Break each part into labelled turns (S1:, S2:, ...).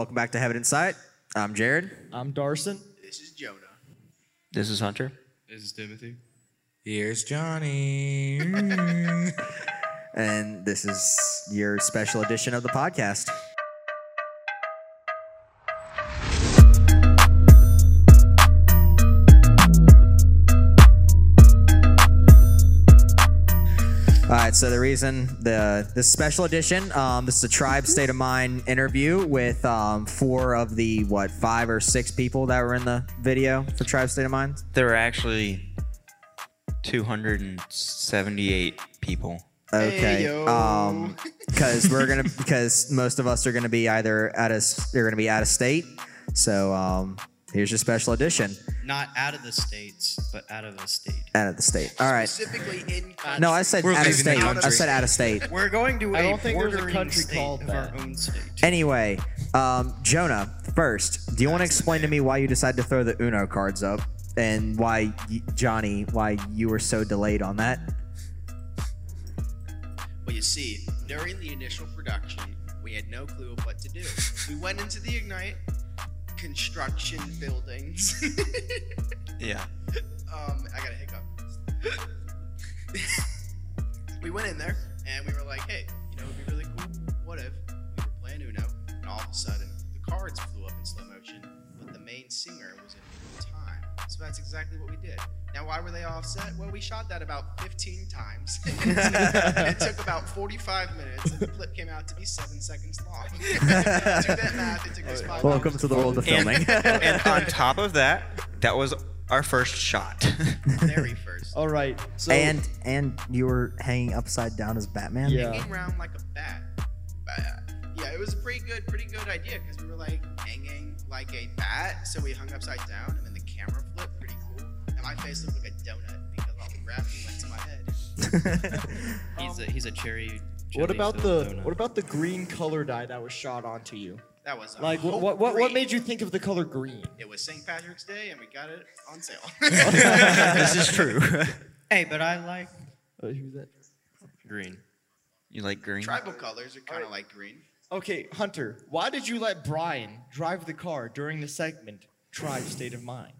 S1: Welcome back to Heaven Insight. I'm Jared.
S2: I'm Darson.
S3: This is Jonah.
S4: This is Hunter.
S5: This is Timothy.
S6: Here's Johnny.
S1: and this is your special edition of the podcast. All right, so the reason the this special edition, um, this is a tribe state of mind interview with um, four of the what five or six people that were in the video for tribe state of mind.
S4: There were actually 278 people.
S1: Okay.
S3: Ayo.
S1: um, because we're gonna because most of us are gonna be either out of they're gonna be out of state. So um, here's your special edition
S7: Not out of the states, but out of a state.
S1: out of the state. All right.
S3: Specifically in country.
S1: No, I said
S4: We're
S1: out of
S4: leaving the
S1: state. I
S4: country.
S1: said out of state.
S7: We're going to
S2: I
S7: a
S2: don't think there's a
S7: bordering
S2: country
S7: state
S2: called
S7: of
S2: that.
S7: our own state.
S1: Anyway, um, Jonah, first, do you want to explain to me why you decided to throw the Uno cards up and why y- Johnny, why you were so delayed on that?
S3: Well, you see, during the initial production, we had no clue of what to do. We went into the Ignite construction buildings.
S4: Yeah.
S3: um, I got a hiccup. we went in there and we were like, hey, you know, it'd be really cool. What if we were playing Uno and all of a sudden the cards flew up in slow motion, but the main singer was in real time. So that's exactly what we did. Now, why were they offset? Well, we shot that about 15 times. it took about 45 minutes, and the clip came out to be seven seconds long. Do that math. It took us five
S1: Welcome
S3: hours
S1: to the world of
S4: And,
S1: filming.
S4: and on top of that, that was our first shot.
S3: very first.
S2: All right. So
S1: and and you were hanging upside down as Batman.
S2: Yeah.
S3: hanging around like a bat. But, uh, yeah, it was a pretty good, pretty good idea because we were like hanging like a bat, so we hung upside down, and then the camera flipped, pretty cool. And my face looked like a donut because all the gravity went to my head.
S7: He's a he's a cherry.
S2: what
S7: jelly
S2: about the
S7: filled donut.
S2: what about the green colored eye that was shot onto you?
S3: That was a
S2: Like what
S3: whole
S2: what what, what
S3: green.
S2: made you think of the color green?
S3: It was St. Patrick's Day, and we got it on sale.
S4: this is true.
S7: Hey, but I like
S2: Uh, who's that?
S7: green.
S4: you like green?
S3: Tribal colors are kind of like green.
S2: Okay, Hunter, why did you let Brian drive the car during the segment Tribe State of Mind?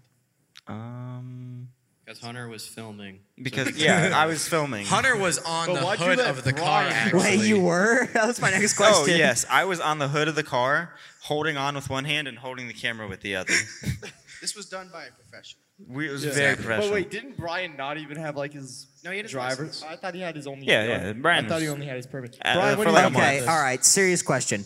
S4: Um,
S7: Because Hunter was filming.
S4: because yeah, I was filming.
S6: Hunter was on
S2: But
S6: the
S2: why'd you
S6: hood
S2: let
S6: of the car.
S2: Brian-
S6: Actually.
S1: Wait, you were? That was my next
S4: Oh
S1: question.
S4: yes, I was on the hood of the car, holding on with one hand and holding the camera with the other.
S3: This was done by a professional.
S4: We, it was
S2: Yeah.
S4: very
S6: Exactly.
S4: professional.
S2: But wait, didn't Brian not even have like his
S3: No, he had his
S2: driver's?
S3: license.
S2: I thought he had his only.
S4: Yeah,
S2: gun.
S4: yeah, Brian
S2: I thought he
S4: was-
S2: only had his permit.
S4: Uh,
S2: Brian, what
S4: for
S2: do
S4: like
S2: you
S4: a month.
S2: think
S1: Okay,
S2: about
S1: all right. Serious question.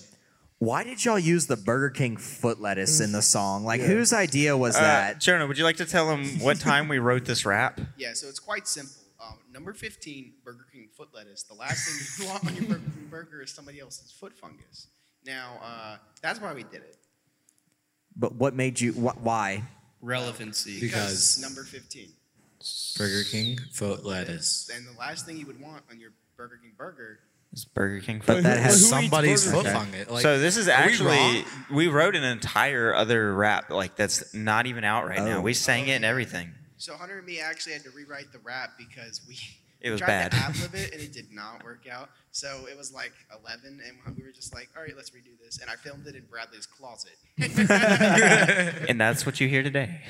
S1: Why did y'all use the Burger King foot lettuce in
S6: Mm.
S1: the song? Like, whose idea was
S4: Uh,
S1: that?
S4: Jonah, would you like to tell him what time we wrote this rap?
S3: Yeah, so it's quite simple. Um, number 15, Burger King foot lettuce. The last thing you want on your Burger King burger is somebody else's foot fungus. Now, uh, that's why we did it.
S1: But what made you? Wh- why?
S7: Relevancy.
S6: Because-
S3: number 15.
S6: Burger King foot lettuce.
S3: And the last thing you would want on your Burger King burger.
S4: It's Burger King.
S1: But that has
S6: Somebody's foot
S4: Okay.
S6: fungus. Like,
S4: so this is
S6: are we
S4: actually
S6: wrong?
S4: we, wrote an entire other rap like that's not even out right
S1: Oh.
S4: now. We sang it and everything.
S3: So Hunter and me actually had to rewrite the rap because we
S4: It was bad.
S3: tried to ad-lib it and it did not work out. So it was like 11 and we were just like, all right, let's redo this. And I filmed it in Bradley's closet.
S4: and that's what you hear today.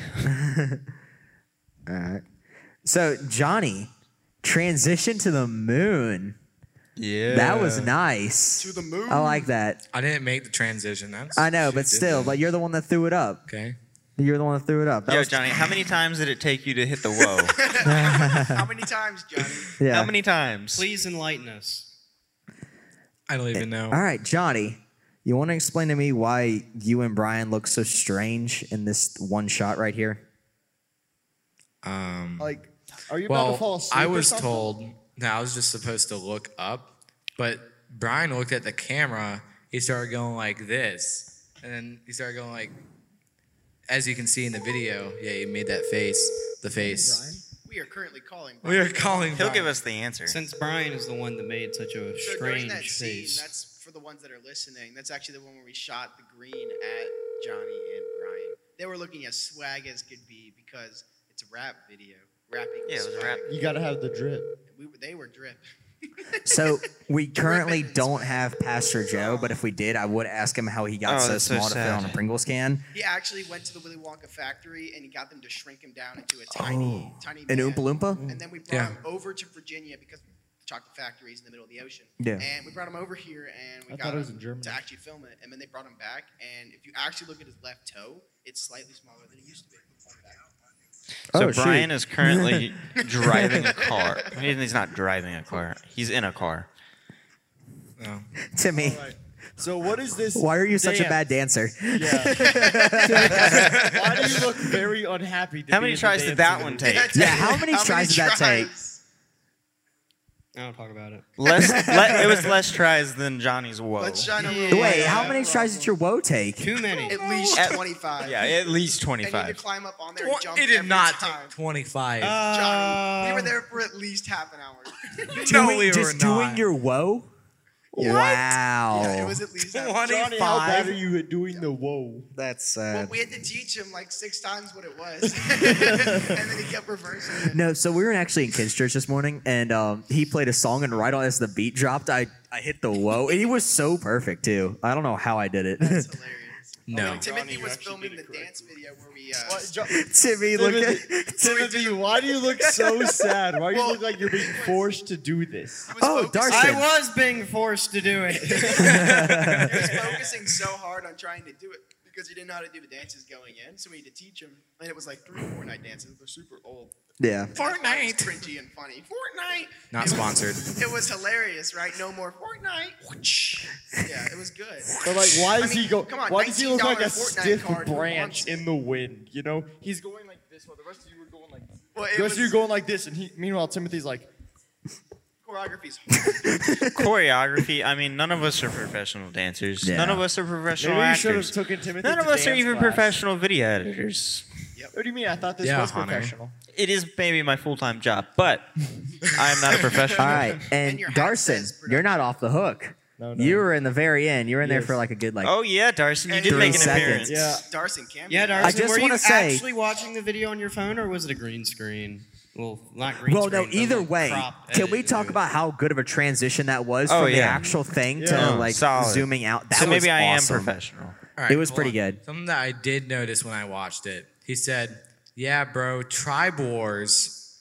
S1: All right. So Johnny, transition to the moon.
S6: yeah.
S1: That was nice.
S3: To the moon.
S1: I like that.
S6: I didn't make the transition. That's
S1: I know,
S6: she
S1: but
S6: did
S1: still,
S6: that.
S1: but you're the one that threw it up.
S6: okay.
S1: You're the one that threw it up. That
S4: Yo,
S1: was-
S4: Johnny, how many times did it take you to hit the whoa?
S3: How many times, Johnny?
S1: Yeah.
S4: How many times?
S7: Please enlighten us.
S6: I don't even know.
S1: All right, Johnny. You want to explain to me why you and Brian look so strange in this one shot right here?
S6: Um,
S2: Like, are you about to fall
S6: well,
S2: asleep?
S6: I
S2: or
S6: was
S2: something?
S6: told that I was just supposed to look up, but Brian looked at the camera. He started going like this, and then he started going like, as you can see in the video. Yeah, he made that face. The face.
S3: We are currently calling
S6: We are calling.
S4: He'll
S6: Brian.
S4: give us the answer.
S7: Since Brian is the one that made such a
S3: So
S7: strange
S3: during that scene,
S7: face.
S3: that's for the ones that are listening. That's actually the one where we shot the green at Johnny and Brian. They were looking as swag as could be because it's a rap video. Rapping.
S4: Yeah,
S3: is
S4: it was a
S3: swag.
S4: rap.
S2: You gotta have the drip.
S3: We were, they were drip.
S1: So we currently don't have Pastor Joe, but if we did, I would ask him how he got
S4: Oh,
S1: so
S4: that's so
S1: small to fit
S4: sad.
S1: on a Pringles can.
S3: He actually went to the Willy Wonka factory and he got them to shrink him down into a tiny, tiny.
S1: Oh. An
S3: man.
S1: Oompa Loompa?
S3: And then we brought
S6: Yeah.
S3: him over to Virginia because chocolate factories in the middle of the ocean.
S1: Yeah.
S3: And we brought him over here and we
S2: I
S3: got
S2: thought it
S3: him
S2: was in Germany.
S3: to actually film it. And then they brought him back. And if you actually look at his left toe, it's slightly smaller than it used to be.
S4: So
S1: Oh, shoot.
S4: Brian is currently driving a car. He- He's not driving a car. He's in a car.
S6: No.
S1: Timmy,
S2: So what is this?
S1: why are you such a
S2: dance?
S1: bad dancer?
S2: Yeah. why do you look very unhappy? To
S4: How
S2: be
S4: many
S2: in the
S4: tries did
S2: dance
S4: that
S2: in
S4: one
S2: the-
S4: take?
S1: Yeah, how many tries did that take?
S7: I don't talk about it.
S4: Less. le- it was less tries than Johnny's woe.
S3: Let's shine a little
S2: Yeah.
S3: light
S1: Oh. Wait,
S3: on
S1: how
S3: that
S1: many tries did your woe take?
S7: Too many.
S3: problem. At least
S4: At-
S3: 25.
S4: Yeah, at least
S3: And you need to
S4: twenty-five.
S3: climb up on there and jump.
S6: It did
S3: every
S6: not
S3: time.
S6: take 25.
S7: Uh,
S3: Johnny, we were there for at least half an hour.
S6: no,
S1: Doing-
S6: we were
S1: just
S6: not.
S1: doing your woe? Wow.
S3: Yeah, it was at least half an hour.
S2: Johnny, how bad are you at doing the whoa?
S1: That's uh,
S3: Well,
S1: sad.
S3: we had to teach him like six times what it was, and then he kept reversing it.
S1: No, so we were actually in kids' church this morning, and um, he played a song, and right on as the beat dropped, I, I hit the whoa. And he was so perfect too. I don't know how I did it.
S3: That's hilarious.
S6: no.
S3: Timothy
S2: you
S3: was
S2: actually
S3: filming
S2: did
S3: the
S2: it
S3: dance video where we. Uh,
S2: What, Jo-
S1: Timmy, look at Timmy.
S2: Timothy, why do you look so sad? Why do you
S3: Well-
S2: look like you're being forced to do this?
S3: he was
S1: Oh,
S3: focusing-
S1: Darcy.
S7: I was being forced to do it.
S3: He was focusing so hard on trying to do it because he didn't know how to do the dances going in, so we had to teach him. And it was like three Fortnite dances. They're super old.
S1: Yeah.
S3: Fortnite. Cringy and funny. Fortnite.
S6: Not
S3: It was-
S6: sponsored.
S3: It was hilarious, right? No more Fortnite. Yeah, it was good.
S2: But like, why
S3: I
S2: does he
S3: mean,
S2: go?
S3: come on,
S2: why does he look like a
S3: $19 Fortnite
S2: stiff
S3: card, who
S2: branch
S3: wants it?
S2: in the wind? You know, he's going like this while the rest of you were going like. This.
S3: Well, it
S2: The rest
S3: was,
S2: of you were going like this, and he. Meanwhile, Timothy's like,
S3: choreography's
S4: Choreography. I mean, none of us are professional dancers.
S1: Yeah.
S4: None of us are professional
S2: maybe you should have
S4: actors.
S2: taken Timothy.
S4: None
S2: to
S4: of us are
S2: dance
S4: even
S2: class."
S4: professional video editors.
S2: What do you mean? I thought this
S6: Yeah,
S2: was
S6: Hunter.
S2: professional.
S4: It is maybe my full-time job, but I am not a professional.
S1: All right, and,
S3: And your hat
S1: Darson,
S3: says
S1: you're not off the hook.
S2: No, no.
S1: You were in the very end. You were in there
S2: Yes.
S1: for like a good like.
S4: Oh yeah, Darson, you
S3: And
S4: did
S3: three
S4: make an
S1: seconds.
S4: appearance.
S2: Yeah.
S3: Darson cameo.
S7: yeah, Darcy,
S1: I just
S7: were
S1: wanna
S7: you
S1: say-
S7: actually watching the video on your phone or was it a green screen? Well, not green
S1: well,
S7: screen.
S1: no.
S7: but,
S1: Either
S7: like,
S1: way,
S7: crop
S1: can we
S7: edited
S1: talk
S7: to it.
S1: about how good of a transition that was
S4: Oh,
S1: from the
S4: yeah.
S1: actual thing
S2: Yeah.
S1: to like
S4: Solid.
S1: zooming out? That
S4: So
S1: was
S4: maybe I am
S1: awesome.
S4: professional.
S6: All right,
S1: It was
S6: hold
S1: pretty
S6: on.
S1: good.
S6: Something that I did notice when I watched it. He said, "Yeah, bro, Tribe Wars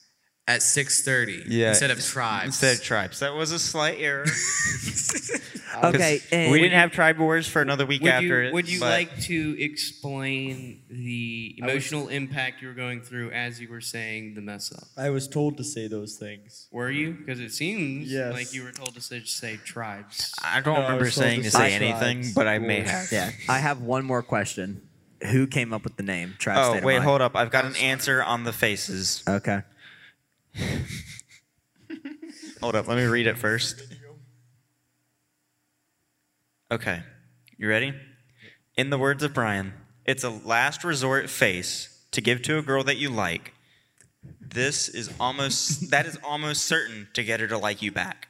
S6: at 6:30
S4: Yeah.
S6: instead of Tribes."
S4: Instead of tribes. That was a slight error. 'Cause
S1: Okay, and
S4: we didn't have tribe wars for another week
S7: Would
S4: after
S7: you,
S4: it.
S7: would you
S4: but-
S7: like to explain the
S2: I was-
S7: emotional impact you were going through as you were saying the mess up?
S2: I was told to say those things.
S7: Were you? Because it seems
S2: Yes.
S7: like you were told to say, say tribes.
S4: I don't
S2: No, I
S4: remember
S2: was told
S4: saying
S2: to
S4: to
S2: say
S4: say anything,
S2: tribes.
S4: but I may
S2: Wars.
S4: have.
S1: Yeah, I have one more question. Who came up with the name? Tribe
S4: Oh
S1: State
S4: wait,
S1: of Mind?
S4: hold up. I've got an answer on the faces.
S1: Okay.
S4: Hold up. Let me read it first. Okay. You ready? In the words of Brian, it's a last resort face to give to a girl that you like. This is almost that is almost certain to get her to like you back.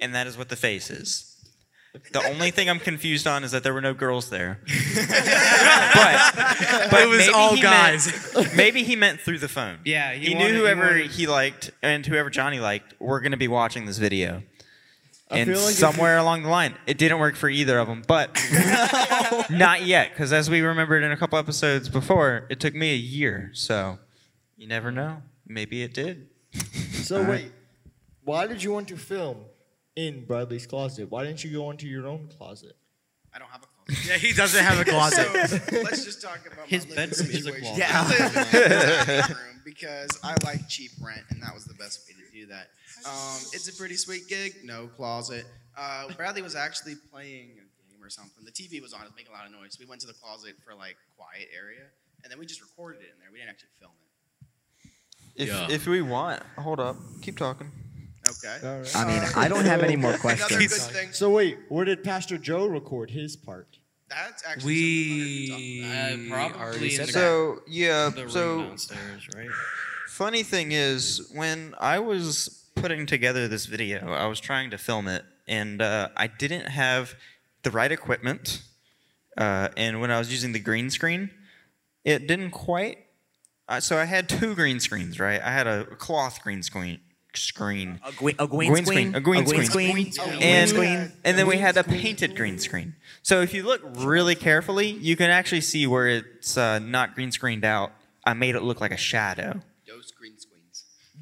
S4: And that is what the face is. The only thing I'm confused on is that there were no girls there. but but
S6: it was
S4: maybe
S6: all
S4: he
S6: guys.
S4: meant- maybe he meant through the phone.
S7: Yeah, he
S4: he,
S7: wanted-
S4: knew
S7: he
S4: whoever
S7: wanted-
S4: he liked and whoever Johnny liked were going to be watching this video.
S2: I
S4: and
S2: feel like if
S4: somewhere along the line, it didn't work for either of them, but not yet, because as we remembered in a couple episodes before, it took me a year. So you never know. Maybe it did.
S2: So
S1: Alright.
S2: wait, why did you want to film in Bradley's closet? Why didn't you go into your own closet?
S3: I don't have a closet.
S6: yeah, he doesn't have a closet.
S3: So let's just talk about
S7: His
S3: my living
S7: bedroom is a
S3: situation.
S7: closet.
S3: Yeah. Room, because I like cheap rent, and that was the best way to do that. Um, it's a pretty sweet gig. No closet. Uh, Bradley was actually playing a game or something. The TV was on. It was making a lot of noise. We went to the closet for like quiet area, and then we just recorded it in there. We didn't actually film it.
S4: If,
S6: Yeah.
S4: if we want, hold up. Keep talking.
S3: Okay.
S2: All right.
S1: I mean, I don't have any more
S3: Another good
S1: questions.
S3: thing.
S2: Uh, So wait, where did Pastor Joe record his part?
S3: That's actually
S6: we
S3: something
S7: Uh, probably
S6: already
S7: in
S6: said
S7: the-
S6: that.
S4: So, yeah.
S7: the room downstairs, right?
S4: Funny thing is, when I was putting together this video, I was trying to film it, and uh, I didn't have the right equipment. Uh, and when I was using the green screen, it didn't quite. Uh, so I had two green screens, right? I had a cloth green screen, screen.
S1: A Gwen, a
S4: Gwen screen, a Gwen screen. and, and then we had a painted green screen. So if you look really carefully, you can actually see where it's uh, not green screened out. I made it look like a shadow.
S3: Those green screens.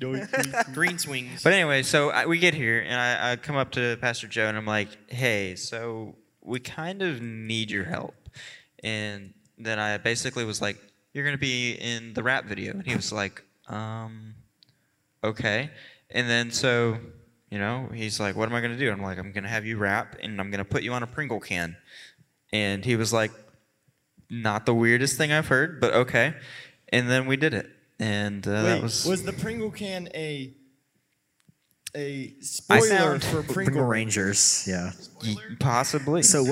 S7: Green swings.
S4: But anyway, so I, we get here, and I, I come up to Pastor Joe, and I'm like, "Hey, so we kind of need your help." And then I basically was like, "You're gonna be in the rap video," and he was like, "Um, okay." And then so, you know, he's like, "What am I gonna do?" I'm like, "I'm gonna have you rap, and I'm gonna put you on a Pringle can." And he was like, "Not the weirdest thing I've heard, but okay." And then we did it, and uh, that
S2: Wait,
S4: was.
S2: was... the Pringle can a a
S1: I
S2: spoiler for Pringle,
S1: Pringle Rangers. Yeah.
S4: Possibly.
S1: So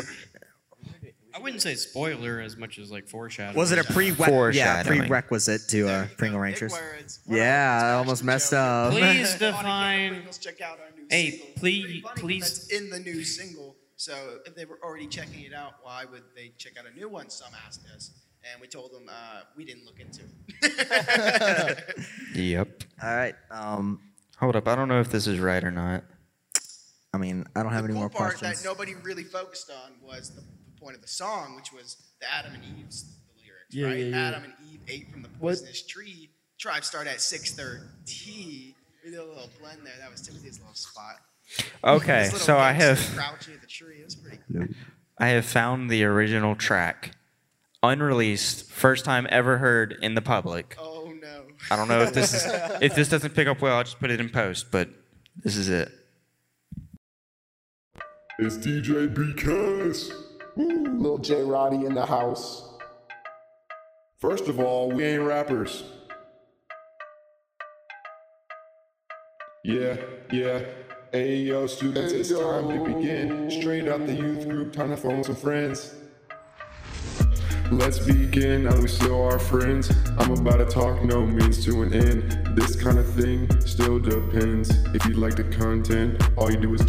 S7: I wouldn't say spoiler as much as like foreshadowing.
S1: was it a pre yeah,
S4: Foreshadowing.
S1: prerequisite to uh, Pringle
S3: Big
S1: Rangers?
S3: words. What
S1: Yeah,
S3: up,
S1: I
S3: guys?
S1: almost
S3: Pastor
S1: messed
S3: Joe.
S1: up.
S7: Please
S3: Audio
S7: define.
S3: Pringles, check out our new
S7: Hey,
S3: single.
S7: please-
S3: Pretty funny 'cause
S7: please-
S3: That's in the new single. So if they were already checking it out, why would they check out a new one? Some asked us, and we told them uh, we didn't look into. it.
S4: Yep.
S1: All right. Um,
S4: Hold up. I don't know if this is right or not.
S1: I mean, I don't have
S3: the
S1: any
S3: cool
S1: more
S3: part
S1: questions.
S3: that nobody really focused on was the, the point of the song, which was the Adam and Eve's the lyrics,
S2: Yeah,
S3: right?
S2: yeah, yeah.
S3: Adam and Eve ate from the
S2: What-
S3: poisonous tree. Tribe started at 6:30. We did a little blend there. That was Timothy's little spot.
S4: Okay,
S3: This little
S4: so I
S3: gangster
S4: have
S3: crouching at the tree. It was pretty.
S4: I have found the original track, unreleased, first time ever heard in the public.
S3: Oh no.
S4: I don't know if this is if this doesn't pick up well. I'll just put it in post, but this is it.
S5: It's DJ BKS.
S8: Lil J Roddy in the house.
S5: First of all, we ain't rappers. Yeah, yeah. AEO students, it's time to begin. Straight out the youth group, time to phone some friends. Let's begin, and we still are friends. I'm about to talk, no means to an end. This kind of thing still depends. If you like the content, all you do is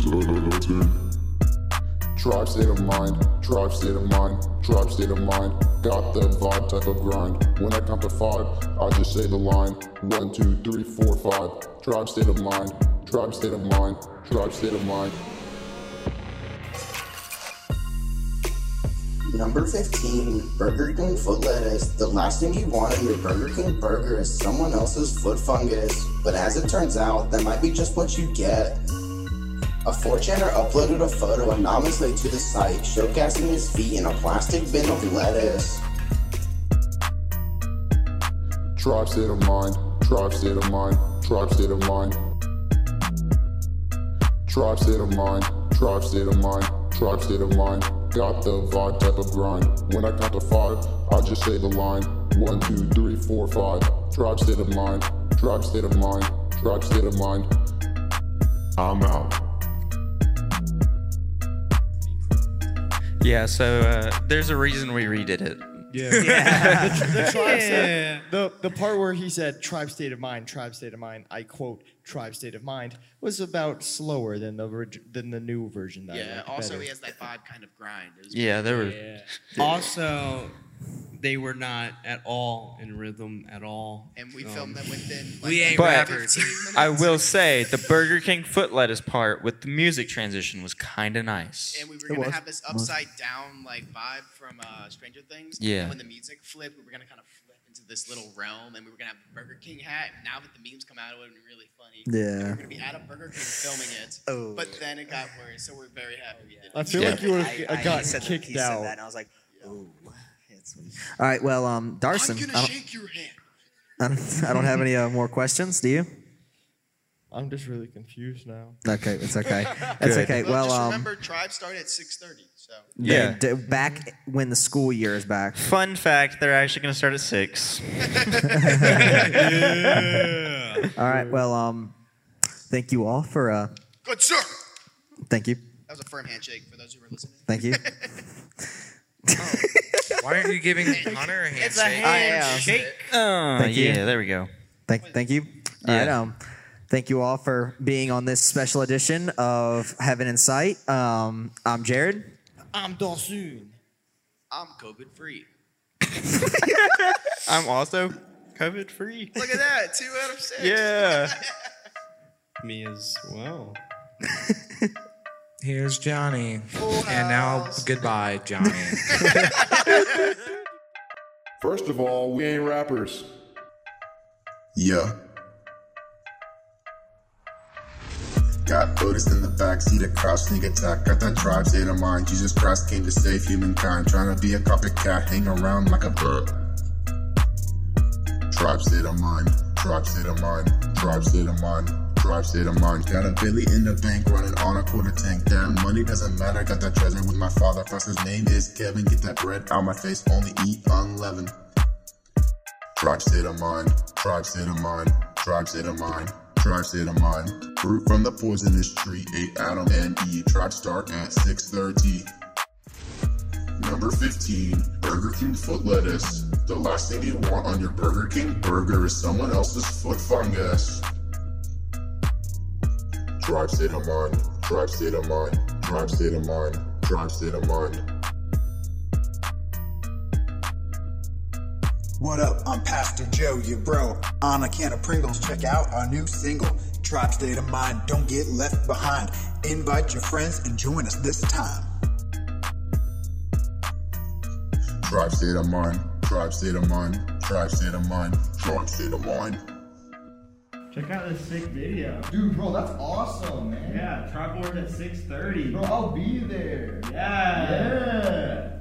S8: Tribe state of mind, tribe state of mind, tribe state of mind. Got the vibe type of grind. When I count to five, I just say the line. One, two, three, four, five. Tribe state of mind, tribe state of mind, tribe state of mind.
S9: Number 15, Burger King foot lettuce. The last thing you want in your Burger King burger is someone else's foot fungus. But as it turns out, that might be just what you get. A 4chaner uploaded a photo anonymously to the site, showcasing his feet in a plastic bin of lettuce.
S8: Tribe state of mind, tribe state of mind, tribe state of mind. Tribe state of mind, tribe state of mind, tribe state of mind. Got the vibe type of grind. When I count to five, I just say the line. One, two, three, four, five. Tribe state of mind, tribe state of mind, tribe state of mind.
S5: I'm out.
S4: Yeah. So uh, there's a reason we redid it.
S2: The, tribe said, the, the part where he said tribe state of mind, tribe state of mind, I quote tribe state of mind was about slower than the orig- than the new version. That I
S3: Yeah.
S2: liked
S3: Also,
S2: better.
S3: he has that vibe kind of grind. It was
S4: Yeah. There were.
S7: Also, they were not at all in rhythm at all.
S3: and we
S7: Um,
S3: filmed them within. Like,
S6: We ain't
S4: But-
S6: rappers.
S3: 15 minutes.
S4: I will say the Burger King foot lettuce part with the music transition was kind of nice.
S3: And we were gonna have this upside down like vibe from uh, Stranger Things.
S4: Yeah.
S3: And when the music flipped, we were gonna kind of flip into this little realm, and we were gonna have the Burger King hat. And now that the memes come out, it would have been really funny. And we
S1: Yeah.
S3: were gonna be at a Burger King filming it.
S1: Oh.
S3: But then it got worse, so we're very happy. we did it.
S2: I feel
S4: Yeah.
S2: like you would have gotten kicked out.
S1: I was like, ooh. All right. Well, um, Darson, I don't,
S3: shake your hand.
S1: I don't, I don't have any uh, more questions. Do you?
S2: I'm just really confused now.
S1: Okay, it's okay. It's
S4: Good.
S1: okay.
S3: Well,
S1: Well,
S3: just
S1: um,
S3: remember, Tribe started at 6:30. So
S1: they
S4: Yeah.
S1: d- back when the school year is back.
S4: Fun fact: They're actually going to start at six.
S1: All
S4: Mm.
S1: right. Well, um, thank you all for. Uh,
S3: good sir.
S1: thank you.
S3: That was a firm handshake for those who were listening.
S1: Thank you.
S6: Why aren't you giving Hunter a handshake?
S4: Oh,
S1: Thank you.
S4: yeah. There we go.
S1: Thank, thank you. All right.
S4: Yeah.
S1: Um, thank you all for being on this special edition of Heaven in Sight. Um, I'm Jared.
S2: I'm Dawson.
S3: I'm COVID free.
S4: I'm also COVID free.
S3: Look at that, two out of six.
S4: Yeah.
S2: me as well.
S6: Here's Johnny. And now goodbye, Johnny.
S5: First of all, we ain't rappers.
S8: Yeah.
S9: Got Buddhist in the backseat, a crowd sneak attack. Got that drive state of mind. Jesus Christ came to save humankind. Trying to be a copycat, hang around like a bird. Tribe state of mind, tribe state of mind, tribe state of mind, tribe state of mind. Got a Billy in the bank, running on a quarter tank. That money doesn't matter. Got that treasure with my father. First, his name is Kevin. Get that bread out my face. Only eat unleavened. Tribe state of mind, tribe state of mind, tribe state of mind, tribe state of mind. Fruit from the poisonous tree, ate Adam and Eve. Tribe start at 6:30. Number 15, Burger King foot lettuce. The last thing you want on your Burger King burger is someone else's foot fungus. Tribe state of mind, tribe state of mind, tribe state of mind, tribe state of mind.
S10: What up? I'm Pastor Joe, your bro. On a can of Pringles, check out our new single, Tribe State of Mind. Don't get left behind. Invite your friends and join us this time.
S8: Tribe state of mind, tribe state of mind, tribe state of mind, tribe state of mind.
S11: Check out this sick video.
S2: Dude, bro, that's awesome, man.
S11: Yeah, Tripod at 6.30.
S2: Bro, I'll be there.
S11: Yeah.
S2: Yeah.